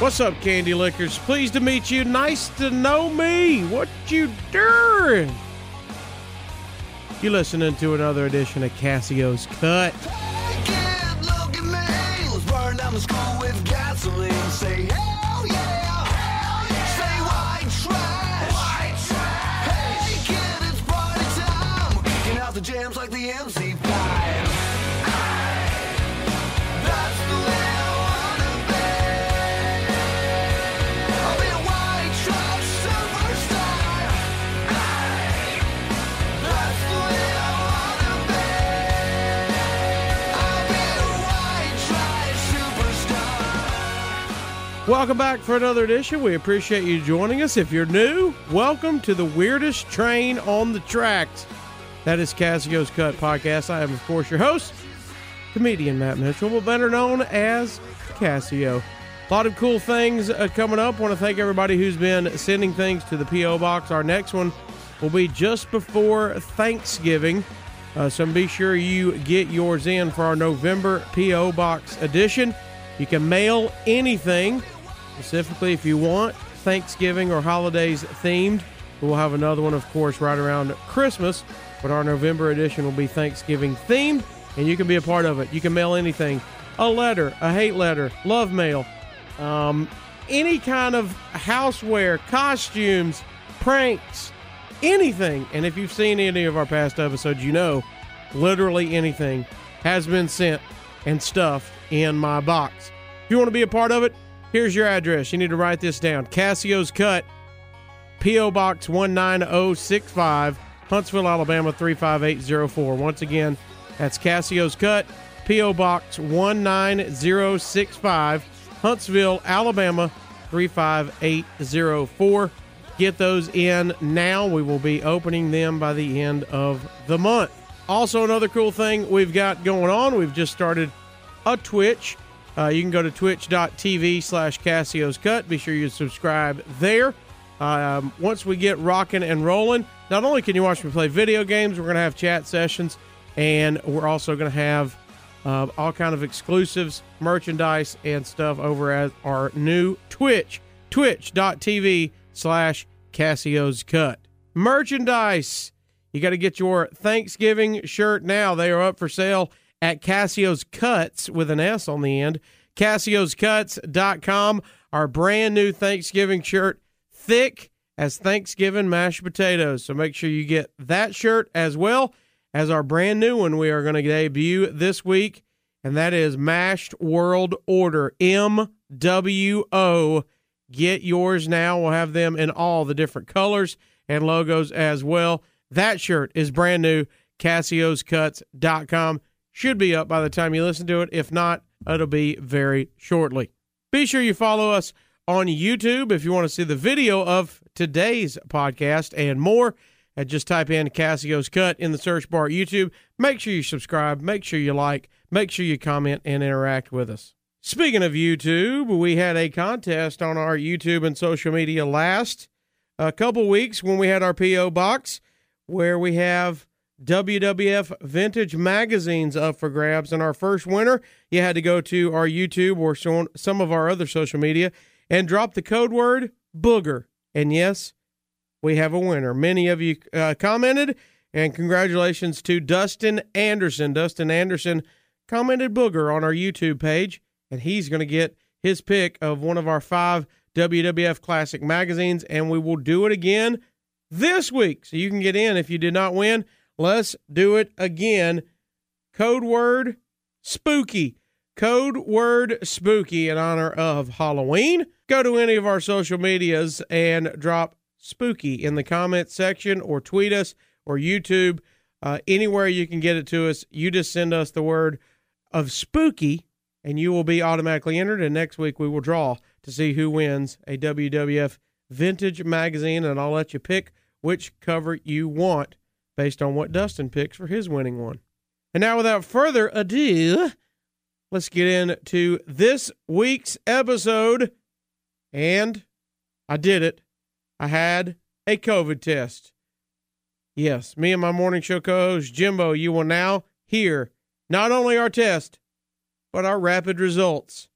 What's up, Candy Lickers? Pleased to meet you. Nice to know me. What you doing? You listening to another edition of Cassio's Cut. Jams like the MC5. That's the way I wanna be. I'll be a white trash superstar. That's the way I wanna be. I'll be a white trash superstar. Welcome back for another edition. We appreciate you joining us. If you're new, welcome to the weirdest train on the tracks. That is Cassio's Cut podcast. I am, of course, your host, comedian Matt Mitchell, but better known as Cassio. A lot of cool things uh, coming up. Want to thank everybody who's been sending things to the PO box. Our next one will be just before Thanksgiving, uh, so be sure you get yours in for our November PO box edition. You can mail anything specifically if you want Thanksgiving or holidays themed. We'll have another one, of course, right around Christmas, but our November edition will be Thanksgiving themed, and you can be a part of it. You can mail anything a letter, a hate letter, love mail, um, any kind of houseware, costumes, pranks, anything. And if you've seen any of our past episodes, you know literally anything has been sent and stuffed in my box. If you want to be a part of it, here's your address. You need to write this down Cassio's Cut, P.O. Box 19065, Huntsville, Alabama 35804. Once again, that's Cassio's Cut, P.O. Box 19065, Huntsville, Alabama 35804. Get those in now. We will be opening them by the end of the month. Also, another cool thing we've got going on, we've just started a Twitch. Uh, you can go to twitch.tv slash Cassio's Cut. Be sure you subscribe there. Um, once we get rocking and rolling, not only can you watch me play video games, we're going to have chat sessions, and we're also going to have uh, all kind of exclusives, merchandise, and stuff over at our new Twitch, twitch.tv slash Cassio's Cut. Merchandise. You got to get your Thanksgiving shirt now. They are up for sale at Cassio's Cuts with an S on the end. Cassio'sCuts.com. Our brand new Thanksgiving shirt, thick as Thanksgiving mashed potatoes. So make sure you get that shirt as well as our brand new one we are going to debut this week, and that is Mashed World Order MWO. Get yours now. We'll have them in all the different colors and logos as well. That shirt is brand new. Cassio'sCuts.com should be up by the time you listen to it. If not, it'll be very shortly. Be sure you follow us on YouTube if you want to see the video of today's podcast and more. And just type in Cassio's Cut in the search bar at YouTube. Make sure you subscribe, make sure you like, make sure you comment and interact with us. Speaking of YouTube, we had a contest on our YouTube and social media last a couple weeks when we had our PO box where we have WWF vintage magazines up for grabs. And our first winner, you had to go to our YouTube or so- some of our other social media and drop the code word booger. And yes, we have a winner. Many of you uh, commented, and congratulations to Dustin Anderson. Dustin Anderson commented booger on our YouTube page, and he's going to get his pick of one of our five WWF Classic magazines, and we will do it again this week. So you can get in if you did not win. Let's do it again. Code word spooky. Code word spooky in honor of Halloween. Go to any of our social medias and drop spooky in the comment section or tweet us or YouTube. Uh, anywhere you can get it to us, you just send us the word of spooky and you will be automatically entered. And next week we will draw to see who wins a WWF vintage magazine. And I'll let you pick which cover you want based on what Dustin picks for his winning one. And now, without further ado, let's get into this week's episode. And I did it. I had a COVID test. Yes, me and my morning show co host Jimbo, you will now hear not only our test, but our rapid results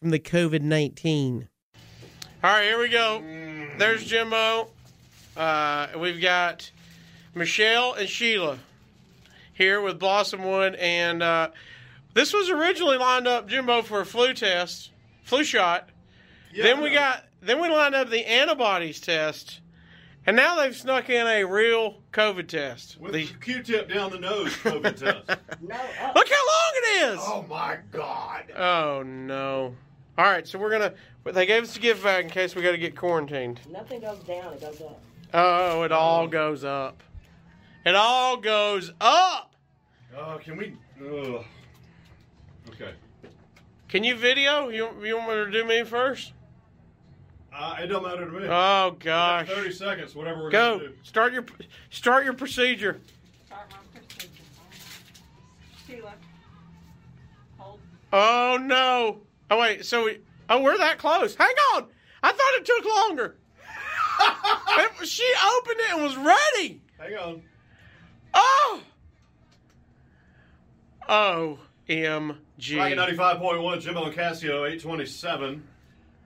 from the COVID 19. All right, here we go. There's Jimbo. Uh, we've got Michelle and Sheila here with Blossomwood. And uh, this was originally lined up, Jimbo, for a flu test, flu shot. then we got, then we lined up the antibodies test. And now they've snuck in a real COVID test. With The- the Q-tip down the nose COVID Look test. how long it is! Oh my God! Oh no! All right, so we're gonna. but They gave us a gift bag in case we got to get quarantined. Nothing goes down, it goes up. Oh, it all goes up. It all goes up. Oh, can we? Ugh. Okay. Can you video? You you want me to do me first? Uh, it don't matter to me. Oh gosh! Thirty seconds, whatever we're Go gonna do. start your start your procedure. Start my procedure. Sheila. Hold. Oh no! Oh wait, so we oh we're that close. Hang on! I thought it took longer. It- she opened it and was ready. Hang on. Oh. O M G. Rocket ninety-five point one, Jimbo and Cassio, eight twenty-seven.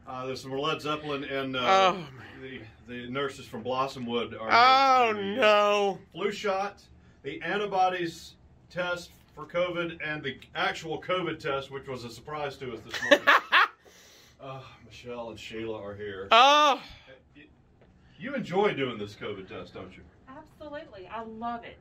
Uh, there's some more Led Zeppelin and uh, Oh, man. the the nurses from Blossomwood are. Oh the no. Flu shot, the antibodies test for COVID, and the actual COVID test, which was a surprise to us this morning. uh, Michelle and Sheila are here. Oh. You enjoy doing this COVID test, don't you? Absolutely. I love it.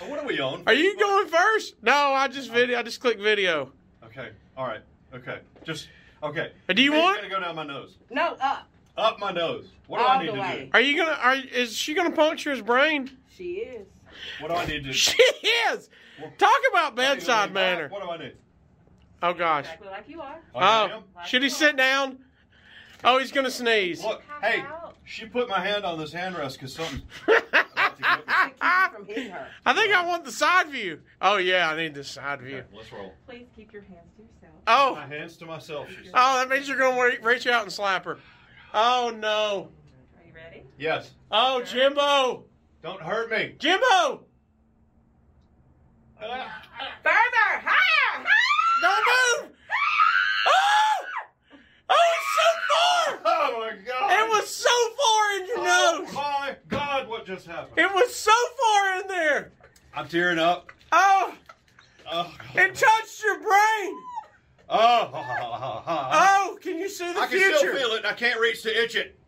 Oh, what are we on? Are you Facebook? going first? No, I just video. I just clicked video. Okay. All right. Okay. Just okay. Uh, do you It's want- gonna go down my nose? No, up. Up my nose. What do All I the need to way. do? Are you gonna? Are is she gonna puncture his brain? She is. What do I need to? She is. Talk about bedside manner. What do I need? Oh gosh. Exactly like you are. Okay, Oh, ma'am? should he sit down? Oh, he's gonna sneeze. Look. How Hey, about- she put my hand on this handrest because something. To keep you from hitting her. I think I want the side view. Oh yeah, I need the side view. Okay, let's roll. Please keep your hands to yourself. Oh. My hands to myself. She said. Oh, that means you're gonna re- reach out and slap her. Oh no. Are you ready? Yes. Oh, Jimbo. Don't hurt me. Jimbo. Oh, Further, higher, Don't move! Oh! Oh, it's so far! Oh my God! It was so far in your Oh nose! my God! What just happened? It was so far in there! I'm tearing up. Oh! Oh. It touched your brain! Oh. I Oh, can you see the can future? still feel it. and I can't reach to itch it.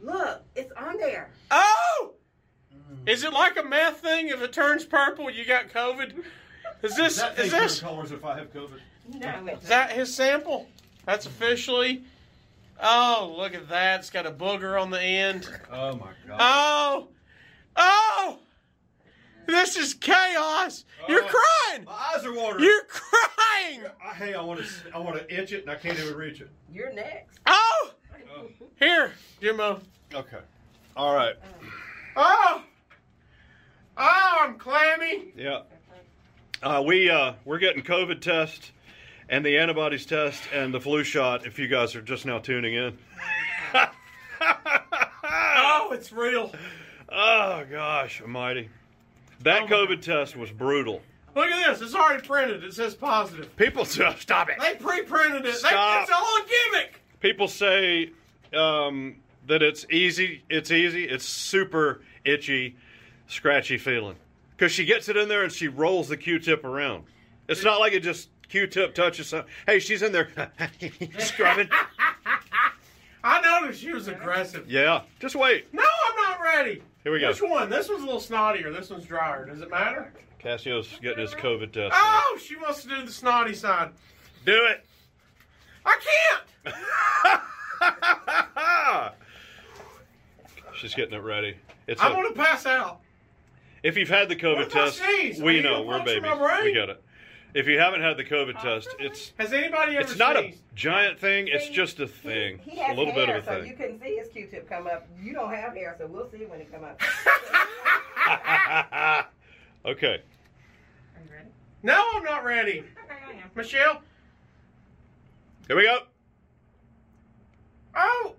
Look, it's on there. Oh! Is it like a math thing? If it turns purple, you got COVID? Is this That is thing's this different colors if I have COVID. No, is that his sample? That's officially Oh, look at that. It's got a booger on the end. Oh my God! Oh, oh, this is chaos. You're Oh. crying. my eyes are watering. You're crying. I, hey, I want to. I want to itch it, and I can't even reach it. you're next. Oh, Oh. here, Jimbo. Okay. All right. Oh, oh, I'm clammy. Yeah. Uh, we uh, we're getting COVID test and the antibodies test and the flu shot. If you guys are just now tuning in. Oh, it's real. oh gosh, almighty! That COVID test was brutal. Look at this. It's already printed. It says positive. People say, stop it. They pre-printed it. They, Stop. it's all a gimmick. People say um, that it's easy. It's easy. It's super itchy, scratchy feeling because she gets it in there and she rolls the Q-tip around. It's not like it just Q-tip touches something. Hey, she's in there scrubbing. I noticed she was aggressive. Yeah, just wait. No, I'm not ready. Here we go. Which one? This one's a little snottier. This one's drier. Does it matter? Cassio's getting his COVID test. Oh, she wants to do the snotty side. Do it. I can't. She's getting it ready. It's I'm a- gonna pass out. If you've had the COVID What if I test, sneeze? Are we you know gonna we're puncture my babies. brain? We get it. If you haven't had the COVID test, it's Has anybody ever? it's not a sneezed? giant thing. It's See, just a he- thing, He, has a little hair, bit of a so thing. You couldn't see his Q-tip come up. You don't have hair, so we'll see when it come up. okay. Are you ready? No, I'm not ready. Okay, I am. Michelle. Here we go. Oh.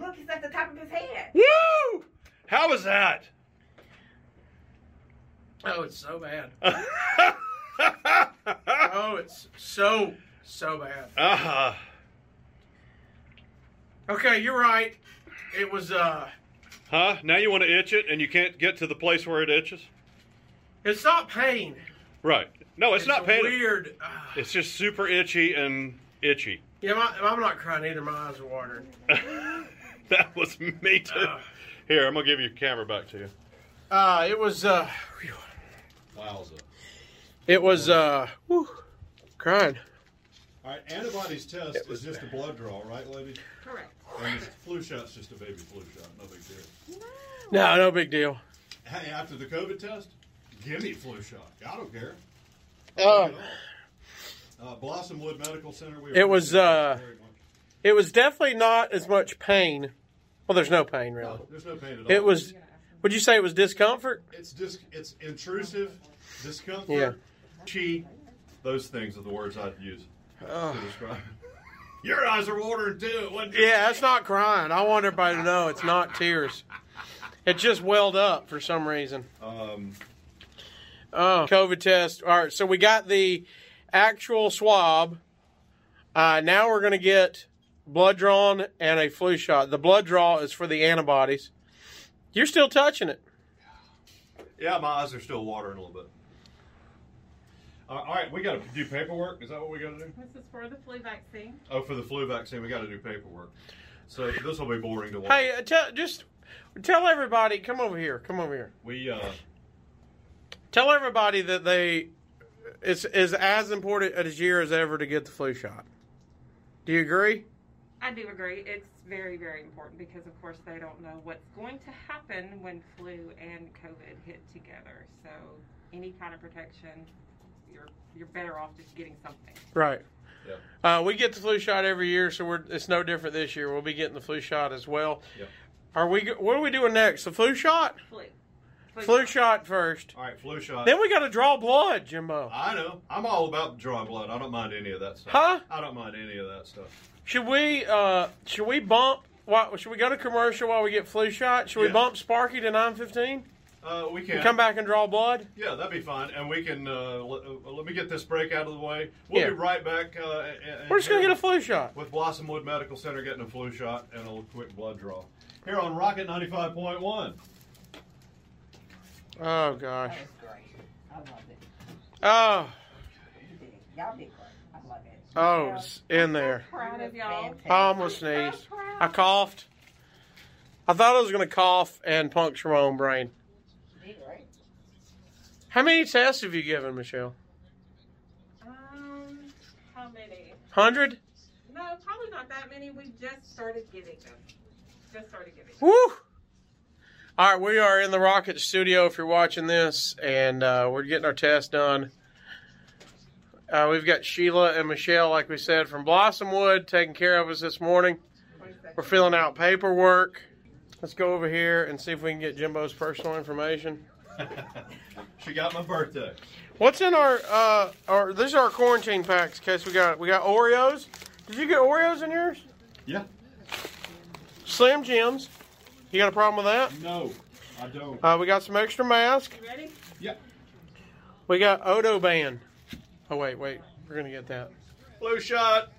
cookies at the top of his head. Woo! How was that? Oh, it's so bad. uh-huh. Oh, it's so so bad. Okay, you're right. It was uh Huh? Now you want to itch it and you can't get to the place where it itches? it's not pain. Right. No, it's, not a pain. Weird. Uh, It's just super itchy and itchy. yeah, my, I'm not crying either. My eyes are watering. That was me too. Ah. Here, I'm gonna give your camera back to you. Uh, it was uh, whew, Wowza. it was uh, whew, crying. All right, antibodies test is just a blood draw, right, lady? Correct. And this flu shot's just a baby flu shot, no big deal. No, no big deal. Hey, after the COVID test, give me flu shot. I don't care. Uh, Uh, Blossomwood Medical Center. We It was, uh, it was definitely not as much pain. Well, there's no pain really. No, there's no pain at all. It was. Would you say it was discomfort? It's dis- It's intrusive, discomfort, Yeah. chi. Those things are the words I'd use to describe. Your eyes are watering too. It wasn't just- Yeah, that's not crying. I want everybody to know it's not tears. It just welled up for some reason. Um, Oh, COVID test. All right, so we got the actual swab. Uh, now we're going to get blood drawn and a flu shot. The blood draw is for the antibodies. You're still touching it. yeah, my eyes are still watering a little bit. Uh, all right, we got to do paperwork. Is that what we got to do? This is for the flu vaccine. Oh, for the flu vaccine, we got to do paperwork. So this will be boring to watch. Hey, uh, tell just tell everybody. Come over here. Come over here. We uh, Tell everybody that they it's is as important as year as ever to get the flu shot. Do you agree? I do agree. It's very, very important because, of course, they don't know what's going to happen when flu and COVID hit together. So, any kind of protection, you're you're better off just getting something. Right. yeah. Uh, we get the flu shot every year, so we're, it's no different this year. We'll be getting the flu shot as well. Yep. Are we? go- What are we doing next? The flu shot. Flu. Flu shot first. All right, flu shot. Then we got to draw blood, Jimbo. I know. I'm all about drawing blood. I don't mind any of that stuff. Huh? I don't mind any of that stuff. Should we? Uh, should we bump? What, should we go to commercial while we get flu shot? Should we Yeah. bump Sparky to nine fifteen? Uh, we can Come back and draw blood. Yeah, that'd be fine, and we can uh, let, uh, let me get this break out of the way. We'll Yeah. be right back. Uh, a- a- We're just gonna here get a flu shot. with Blossomwood Medical Center getting a flu shot and a little quick blood draw here on Rocket ninety five point one. Oh gosh. That was great. I love it. Oh, You did it. Y'all did great. I love oh, it. it's in there. Proud of y'all. I almost sneezed. I coughed. I thought I was gonna cough and puncture my own brain. You did great. How many tests have you given, Michelle? Um, how many? Hundred. No, probably not that many. We just started getting them. Just started getting. Them. Woo! All right, we are in the Rocket Studio. If you're watching this, and uh, we're getting our test done. Uh, we've got Sheila and Michelle, like we said, from Blossomwood, taking care of us this morning. One second. We're filling out paperwork. Let's go over here and see if we can get Jimbo's personal information. she got my birthday. What's in our uh, our? These are our quarantine packs. In case we got we got Oreos. Did you get Oreos in yours? Yeah. Slim Jims. You got a problem with that? No, I don't. Uh, we got some extra mask. You ready? yeah. We got Odo Ban. Oh wait, wait. We're gonna get that. Flu shot.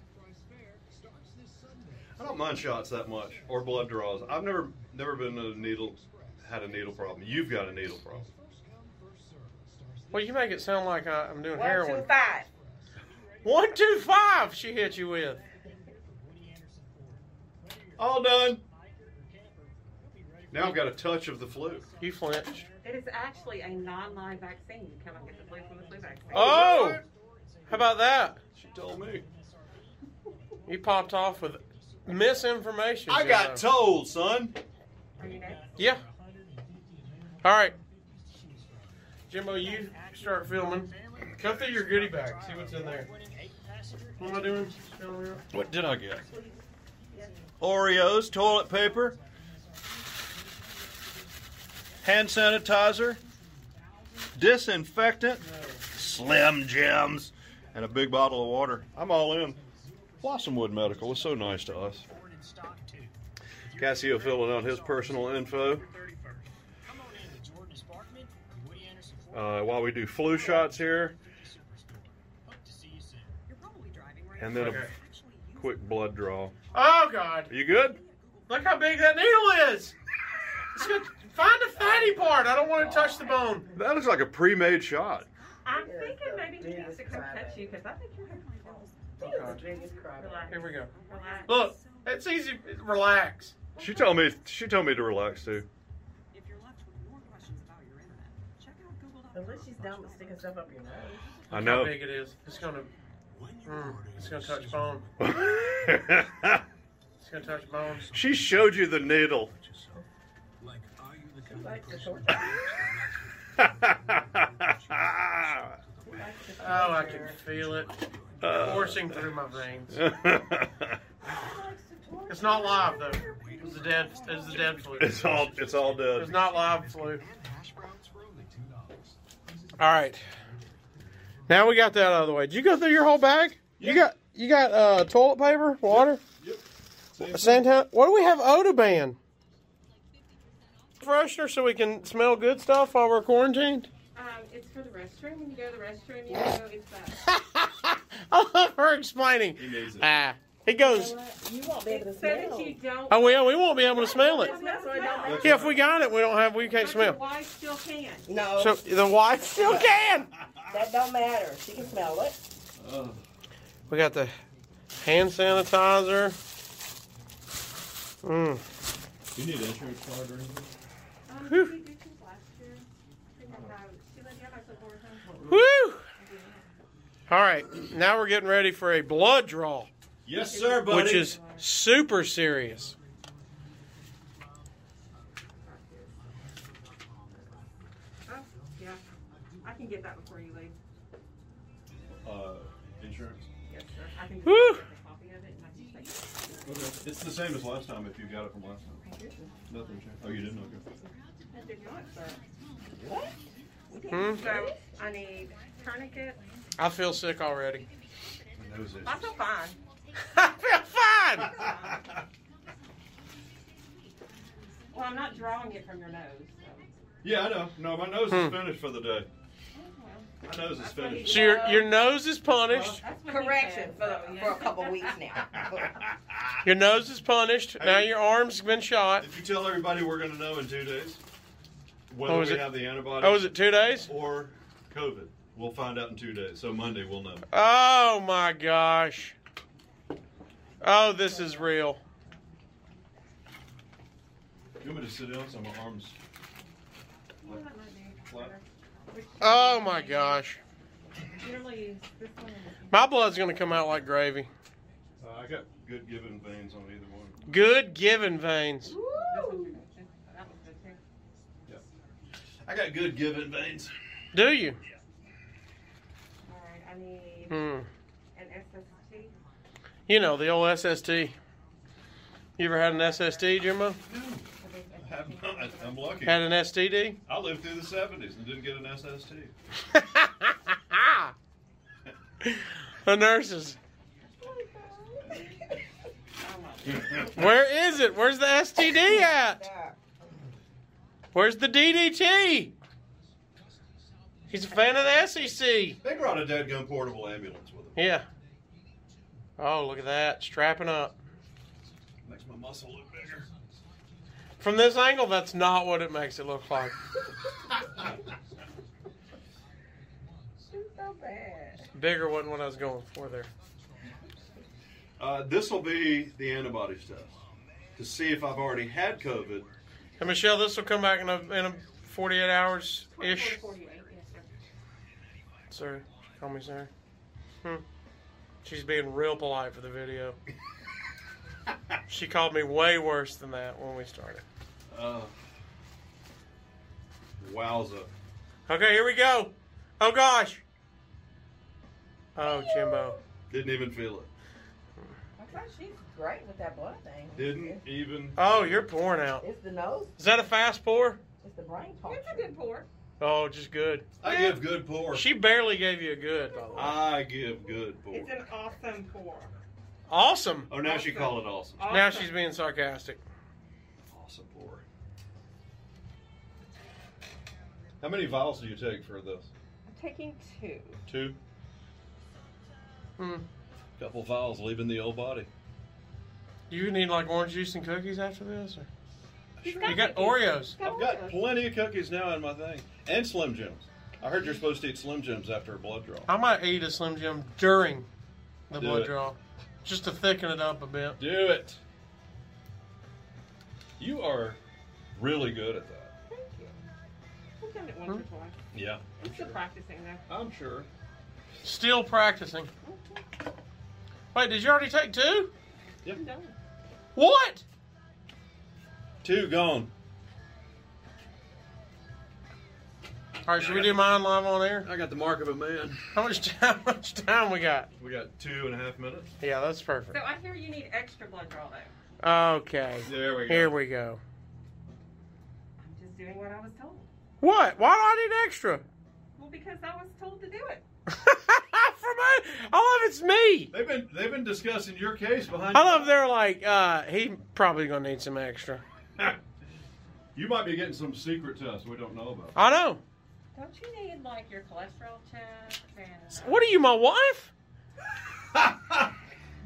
I don't mind shots that much or blood draws. I've never never been a needle had a needle problem. You've got a needle problem. Well, you make it sound like I, I'm doing One, heroin. two, five. One, two, five. She hit you with. All done. Now I've got a touch of the flu. You flinched. It is actually a non-live vaccine. You come and get the flu from the flu vaccine. Oh, how about that? She told me. You popped off with misinformation. I got Jimbo. told, son. Are you next? yeah. All right, Jimbo, you start filming. Come through your goodie bag. See what's in there. What am I doing? What did I get? Oreos, toilet paper, hand sanitizer, disinfectant, Slim Jims, and a big bottle of water. I'm all in. Blossomwood Medical was so nice to us. Cassio filling out his personal info. Uh, while we do flu shots here, and then a quick blood draw. Oh God! Are you good? Look how big that needle is. It's good. Find the fatty part. I don't want to touch the bone. That looks like a pre-made shot. I'm Yeah, thinking so maybe he yeah, needs to it's come Friday. catch you because I think you're having problems. Jesus, Jesus Christ. Relax. Here we go. Relax. Look, it's easy. Relax. She told me she told me to relax too. If you're left with more questions about your internet, check out google.com. Unless she's done with sticking stuff up your nose. I How know. big it is. It's gonna. Mm, it's gonna touch bone. It's gonna touch bone. she showed you the needle. Like the short Oh, I can feel it Uh, coursing through my veins. It's not live though. It was a dead. It was a dead flu. It it's all it's all was dead. not live flu. All right. Now we got that out of the way. Did you go through your whole bag? You got you got uh, toilet paper, water. Yep. Same time. What do we have? Odoban. Freshener, so we can smell good stuff while we're quarantined. Um, it's for the restroom. When you go to the restroom, you know it's that. I love her explaining. He needs it. Ah, he goes. You won't be able to So that smell. you don't. Oh well, we won't be able to smell it. That's why it don't matter. Yeah, if we got it, we don't have. We can't But your smell. wife still can. No, So the wife still can. that don't matter. She can smell it. We got the hand sanitizer. Mm. Do you need an insurance card or anything? Um, did we do this last year? I think I know. She let you have us over her. Woo! All right, now we're getting ready for a blood draw, Yes, sir, buddy. which is super serious. Oh, yeah. I can get that before you leave. uh, insurance. Yes, sir. I can just Whew. get a copy of it and I can take it. Okay. It's the same as last time. If you got it from last time. Nothing changed. Oh, you didn't. Okay. I did not, sir. Hmm? So I need tourniquet. I feel sick already. My nose itches. I feel fine. I feel fine. Well, I'm not drawing it from your nose. So. Yeah, I know. No, my nose Hmm. is finished for the day. My nose is finished. So your your nose is punished. That's what he Correction said, for, so, the, yeah. for a couple weeks now. Your nose is punished. Now your arm's been shot. Did you tell everybody we're going to know in two days whether Oh, we is it- have the antibodies Oh, was it two days? or COVID? We'll find out in two days. So Monday we'll know. Oh my gosh. Oh, this is real. You want me to sit down so my arms Well, that might be flat? Oh my gosh. Usually use this one. and this one. My blood's gonna come out like gravy. Uh, I got good giving veins on either one. Good giving veins. This one's good. This- That one's good too. I got good giving veins. Do you? All right, I need Hmm. an SST. You know the old SST. You ever had an SSD, Jimbo? I have not. I'm lucky. Had an STD? I lived through the 70s and didn't get an SST. the nurses. Where is it? Where's the STD at? Where's the DDT? He's a fan of the SEC. they brought a dadgum portable ambulance with them. Yeah. Oh, look at that. Strapping up. Makes my muscle look bigger. From this angle, that's not what it makes it look like. She's so bad. Bigger wasn't what I was going for there. Uh, this will be the antibodies test to see if I've already had COVID. And Michelle, this will come back in a, in a 48 hours ish. 48, yes, sir. Sir, call me sir. Hmm. She's being real polite for the video. she called me way worse than that when we started. Uh, wowza. Okay, here we go. Oh gosh. Oh, Jimbo. Didn't even feel it. I thought she's great with that blood thing. Didn't It's, even. Oh, you're pouring out. it's the nose. Is that a fast pour? It's the brain part. It's a good pour. Oh, just good. I give good pour. She barely gave you a good, by the way. I give good pour. It's an awesome pour. Awesome. Oh, now she called it awesome. Awesome. Now she's being sarcastic. Possible. How many vials do you take for this? I'm taking two. Two. Hmm. Couple vials leaving the old body. You need like orange juice and cookies after this? Or? He's You got cookies. Oreos. He's I've got Oreos. plenty of cookies now in my thing, and Slim Jims. I heard you're supposed to eat Slim Jims after a blood draw. I might eat a Slim Jim during the Do blood it. draw, just to thicken it up a bit. Do it. You are really good at that. Thank you. I've done it once or Hmm? twice. Yeah, I'm still practicing though. I'm sure. Still practicing. Wait, did you already take two? I'm done. What? Two gone. All right, should we do mine live on air? I got the mark of a man. How much time? How much time we got? We got two and a half minutes. Yeah, that's perfect. So I hear you need extra blood draw though. Okay, There we go. here we go. I'm just doing what I was told. What? Why do I need extra? Well, because I was told to do it. From I, I love it's me. They've been they've been discussing your case behind. I love they're like uh, he probably gonna need some extra. that. you might be getting some secret test we don't know about. I know. Don't you need like your cholesterol checks and What are you, my wife?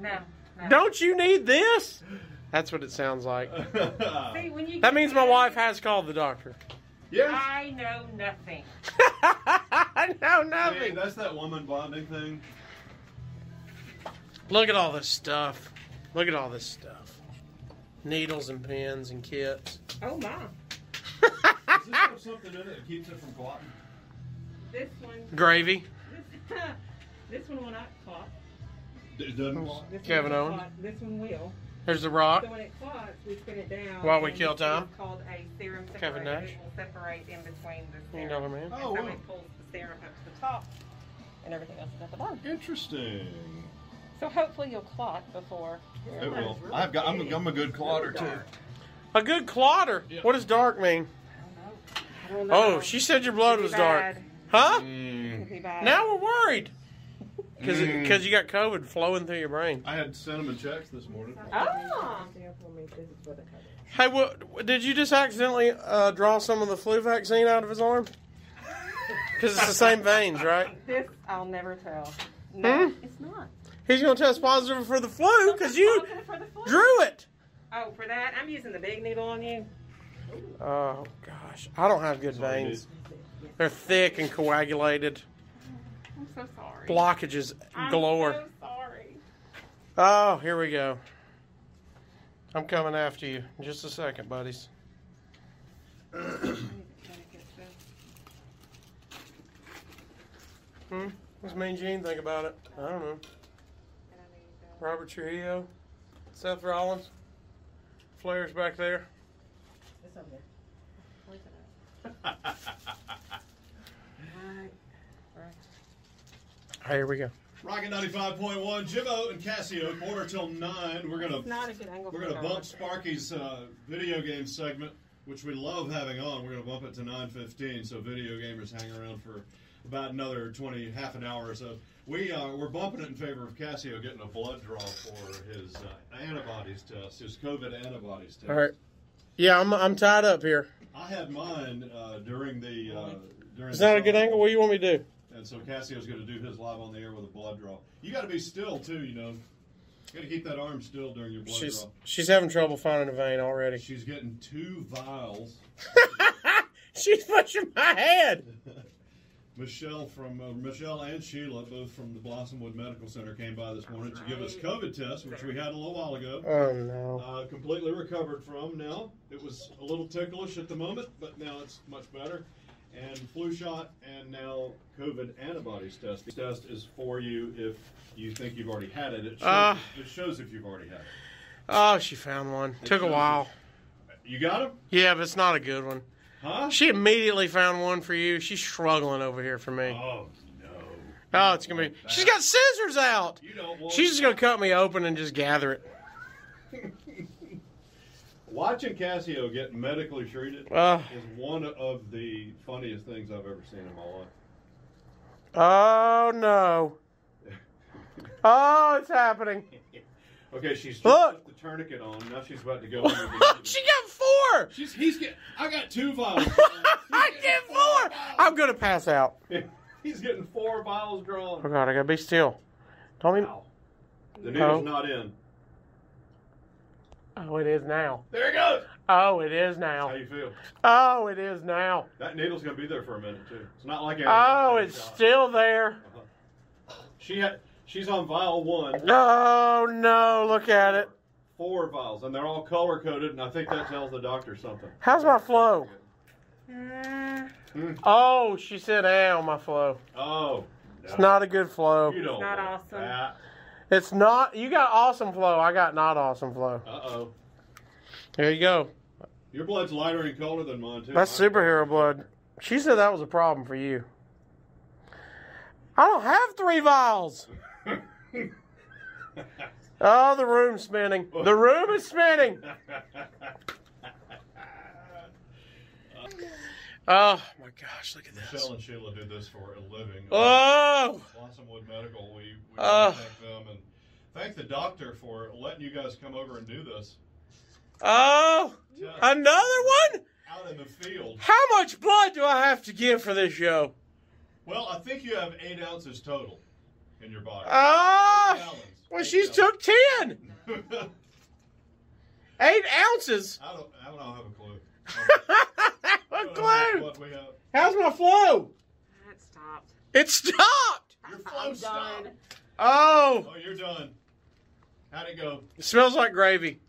no, no. Don't you need this? That's what it sounds like. See, when you That get means my married, wife has called the doctor. yes. I know nothing. I know Hey, nothing. that's that woman bonding thing. Look at all this stuff. Look at all this stuff. Needles and pins and kits. Oh my. Does this have something in it that keeps it from clotting? This one Gravy. this, this one will not clot. It doesn't. This one Kevin will Owen. clot. This one will. There's the rock. So when it clots, we spin it down. While we and kill it's time. called a serum separator. Kevin Nash. It will separate in between the You serum. know what I mean? Oh, so wow. it pulls the serum up to the top and everything else is at the bottom. Interesting. So hopefully you'll clot before. It will. I've got. I'm a, I'm a good clotter too. A good clotter. Yeah. What does dark mean? I don't know. Oh, she said your blood Could be was dark. bad. Huh? Mm. Could be bad. Now we're worried. Because Mm. you got COVID flowing through your brain. I had cinnamon checks this morning. Oh. Hey, what, did you just accidentally uh, draw some of the flu vaccine out of his arm? Because it's the same veins, right? This I'll never tell. No, it's not. He's going to test positive for the flu because you Positive Oh, for the flu. drew it. Oh, for that, I'm using the big needle on you. Oh gosh, I don't have good veins. They're thick and coagulated. I'm so sorry. Blockages I'm galore. so sorry. Oh, here we go. I'm coming after you in just a second, buddies. Hmm. What's Mean Gene think about it? I don't know. Robert Trujillo, Seth Rollins, Flair's back there. All right, here we go. Rocket 95.1, Jimbo and Cassio, quarter till nine. We're gonna Not a good angle. we're for gonna that. bump Sparky's uh, video game segment, which we love having on. We're gonna bump it to nine fifteen, so video gamers hang around for about another twenty, half an hour or so. We uh, we're bumping it in favor of Cassio getting a blood draw for his uh, antibodies test, his COVID antibodies test. All right. Yeah, I'm, I'm tied up here. I had mine uh, during the uh, during. Is the that a good song. angle? What do you want me to do? And so Cassio's going to do his live on the air with a blood draw. You got to be still too, you know. Got to keep that arm still during your blood She's draw. she's having trouble finding a vein already. She's getting two vials. She's pushing my head. Michelle from uh, Michelle and Sheila, both from the Blossomwood Medical Center, came by this morning to give us COVID tests, which we had a little while ago. Oh no. Uh, completely recovered from now. It was a little ticklish at the moment, but now it's much better. And flu shot and now COVID antibodies test. The test is for you if you think you've already had it. It shows, Ah. it shows if you've already had it. Oh, she found one. Took a while. You got him? Yeah, but it's not a good one. Huh? She immediately found one for you. She's struggling over here for me. Oh, no. Oh, it's gonna be. She's got scissors out. You don't want She's just gonna cut me open and just gather it. Watching Cassio get medically treated Ah. is one of the funniest things I've ever seen in my life. Oh no. Oh, it's happening. Okay, she's just Look. put the tourniquet on. Now she's about to go. under the- Look, she got four. She's, he's get, I got two vials. I get four. I'm gonna pass out. he's getting four vials drawn. Oh god, I gotta be still. Don't even. Wow. The Oh. needle's not in. Oh, it is now. There it goes. Oh, it is How now. you feel? Oh, it is now. That needle's gonna be there for a minute too. It's not like Oh, everything- it's still there. She had. She's on vial one. Oh no, look at it. Four vials, and they're all color coded, and I think that tells the doctor something. How's my flow? Uh, Oh, she said, "Ow, my flow." Oh. It's not a good flow. You don't. Not want awesome. That. It's not. You got awesome flow. I got not awesome flow. Uh oh. There you go. Your blood's lighter in color than mine too. That's Mine- superhero blood. She said that was a problem for you. I don't have three vials. oh, the room's spinning. The room is spinning. Oh my gosh, look at this. Michelle and Sheila did this for a living. Oh, Blossomwood Medical. We, we Ugh. thank them and thank the doctor for letting you guys come over and do this oh, another one. out in the field. How much blood do I have to give for this show? Well, I think you have eight ounces total in your body. Oh, Gallons. well, Eight she's gallons. took ten. Eight ounces. I don't. I don't have a clue. A I don't know clue. What we have. How's my flow? it stopped. It stopped. Your flow stopped. Oh, Oh, you're done. How'd it go? it smells like gravy.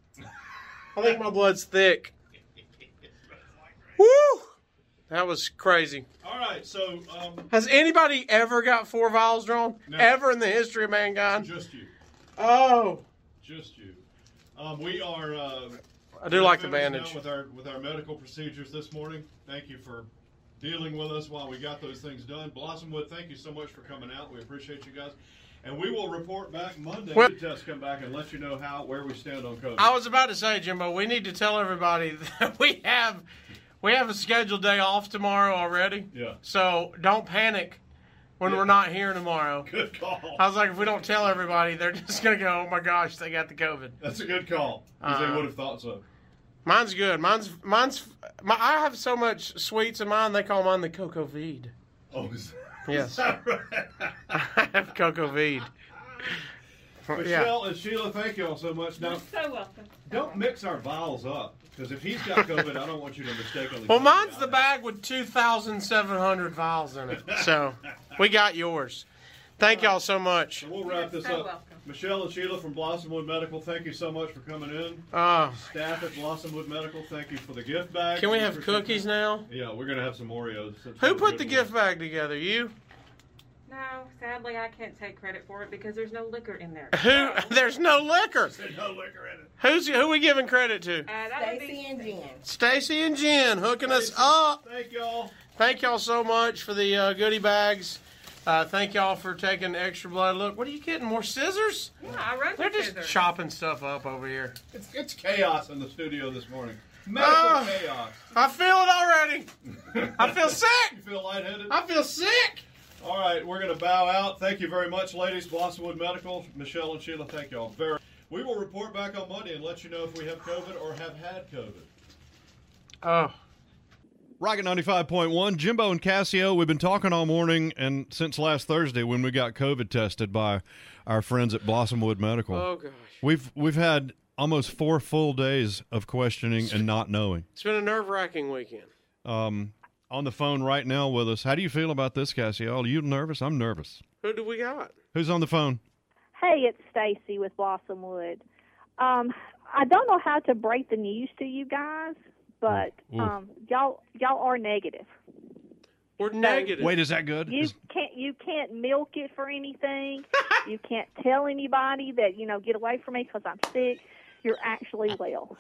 I think my blood's thick. Woo! That was crazy. All right. So, um, Has anybody ever got four vials drawn? No. Ever in the history of mankind? just you. Oh, Just you. Um, we are. Uh, I do like the We're finished bandage. now With our with our medical procedures this morning, thank you for dealing with us while we got those things done. Blossomwood, thank you so much for coming out. We appreciate you guys, and we will report back Monday. Well- to test come back and let you know how where we stand on COVID. I was about to say, Jimbo, we need to tell everybody that we have we have a scheduled day off tomorrow already. Yeah. So don't panic when we're not here tomorrow. good call. I was like, if we don't tell everybody, they're just gonna go, oh my gosh, they got the COVID. That's a good call because Uh-uh. they would have thought so. Mine's good. Mine's mine's. My, I have so much sweets in mine. They call mine the cocoa feed. Oh, is Yes, I that right? have cocoa feed. Yeah. Michelle and Sheila, thank you all so much. Now, So welcome. don't mix our vials up because if he's got COVID, I don't want you to mistakenly. Well, think mine's the I have. bag with two thousand seven hundred vials in it. So we got yours. Thank y'all so much. And we'll wrap this You're so up. welcome. Michelle and Sheila from Blossomwood Medical, thank you so much for coming in. Uh, Staff at Blossomwood Medical, thank you for the gift bag. can we have cookies now? Yeah, we're gonna have some Oreos. since Who we're put the doing gift it. bag together? You? No, sadly, I can't take credit for it because there's no liquor in there. Who? There's no liquor. There's no liquor in it. Who's who? We giving credit to? Uh, that would Stacy be and Jen. Stacy and Jen hooking us up. Thank y'all. Thank y'all so much for the uh, goodie bags. Uh, thank y'all for taking extra blood. Look, what are you getting? More scissors? yeah, I wrote They're the just scissors. chopping stuff up over here. It's, it's chaos in the studio this morning. Medical Ah. chaos. I feel it already. I feel You sick. feel lightheaded? I feel sick. All right, we're going to bow out. Thank you very much, ladies. Blossomwood Medical, Michelle and Sheila, thank y'all very We will report back on Monday and let you know if we have COVID or have had COVID. Oh. Rocket 95.1, Jimbo and Cassio. We've been talking all morning and since last Thursday when we got COVID tested by our friends at Blossomwood Medical. Oh, gosh. We've we've had almost four full days of questioning and not knowing. It's been a nerve wracking weekend. Um, on the phone right now with us. How do you feel about this, Cassio? Are you nervous? I'm nervous. Who do we got? Who's on the phone? Hey, it's Stacy with Blossomwood. Um, I don't know how to break the news to you guys, but Ooh. um, y'all y'all are negative. We're negative. Wait, is that good? You Is- can't you can't milk it for anything. you can't tell anybody that you know get away from me because I'm sick. You're actually well.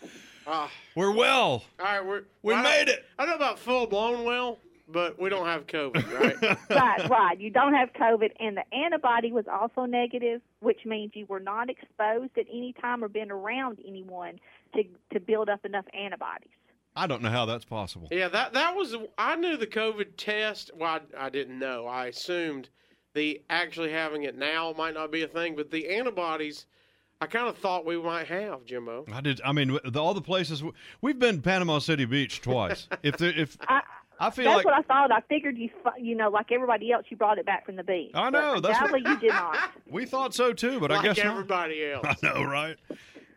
Ah, we're well. all right, we're, We I don't- made it. I don't know about full blown well, but we don't have COVID, right? right, right. You don't have COVID, and the antibody was also negative, which means you were not exposed at any time or been around anyone to to build up enough antibodies. I don't know how that's possible. Yeah, that that was. I knew the COVID test. Well, I, I didn't know. I assumed the actually having it now might not be a thing, but the antibodies I kind of thought we might have Jimbo. I did. I mean, the, all the places w- we've been, Panama City Beach twice. if there, if I, feel That's like what I thought. I figured you, fu- you know, like everybody else, you brought it back from the beach. I know, But that's what- Undoubtedly, you did not. we thought so too, but I Like guess not. everybody I else. know, right?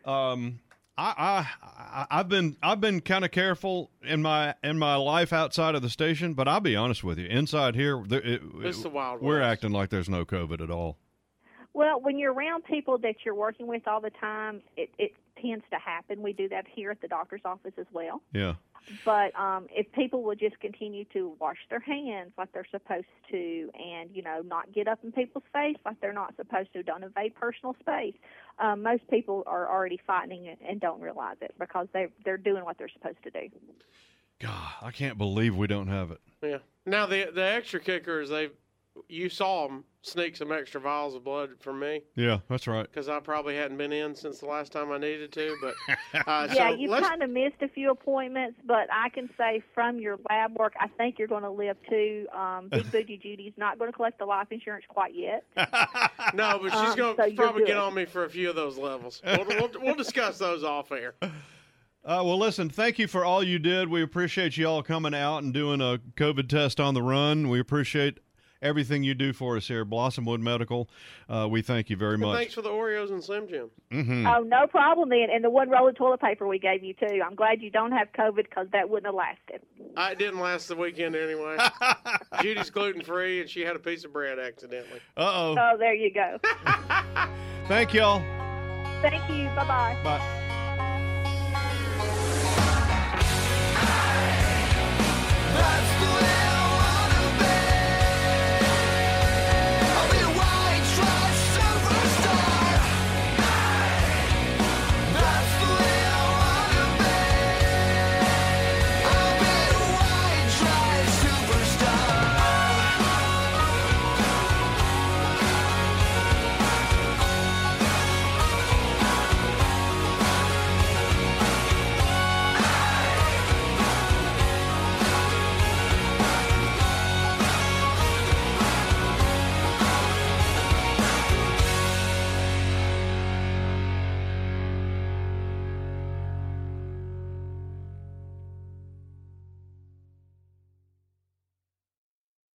Um, I, I, I, I've been, I've been kind of careful in my, in my life outside of the station, but I'll be honest with you, inside here, there, it, It's the Wild We're West. acting like there's no COVID at all. Well, when you're around people that you're working with all the time, it, it tends to happen. We do that here at the doctor's office as well. Yeah. But um, if people will just continue to wash their hands like they're supposed to, and you know, not get up in people's face like they're not supposed to, don't invade personal space. Um, most people are already fighting it and don't realize it because they they're doing what they're supposed to do. God, I can't believe we don't have it. Yeah. Now the the extra kicker is they, you saw them sneak some extra vials of blood from me Yeah, that's right. because I probably hadn't been in since the last time I needed to. But uh, yeah, so you've let's kind of missed a few appointments, but I can say from your lab work, I think you're going to live too. Um, Big Booty Judy's not going to collect the life insurance quite yet. no, but she's Um, gonna so you're probably good. get on me for a few of those levels. We'll, we'll, we'll discuss those off air. Uh, well, listen, thank you for all you did. We appreciate you all coming out and doing a COVID test on the run. We appreciate everything you do for us here at Blossomwood Medical. Uh, we thank you very much. Thanks for the Oreos and Slim Jim. Hmm. Oh, no problem then. And the one roll of toilet paper we gave you too. I'm glad you don't have COVID because that wouldn't have lasted. I it didn't last the weekend anyway. Judy's gluten free, and she had a piece of bread accidentally. Uh oh. Oh, there you go. Thank y'all. Thank you. Bye bye. Bye.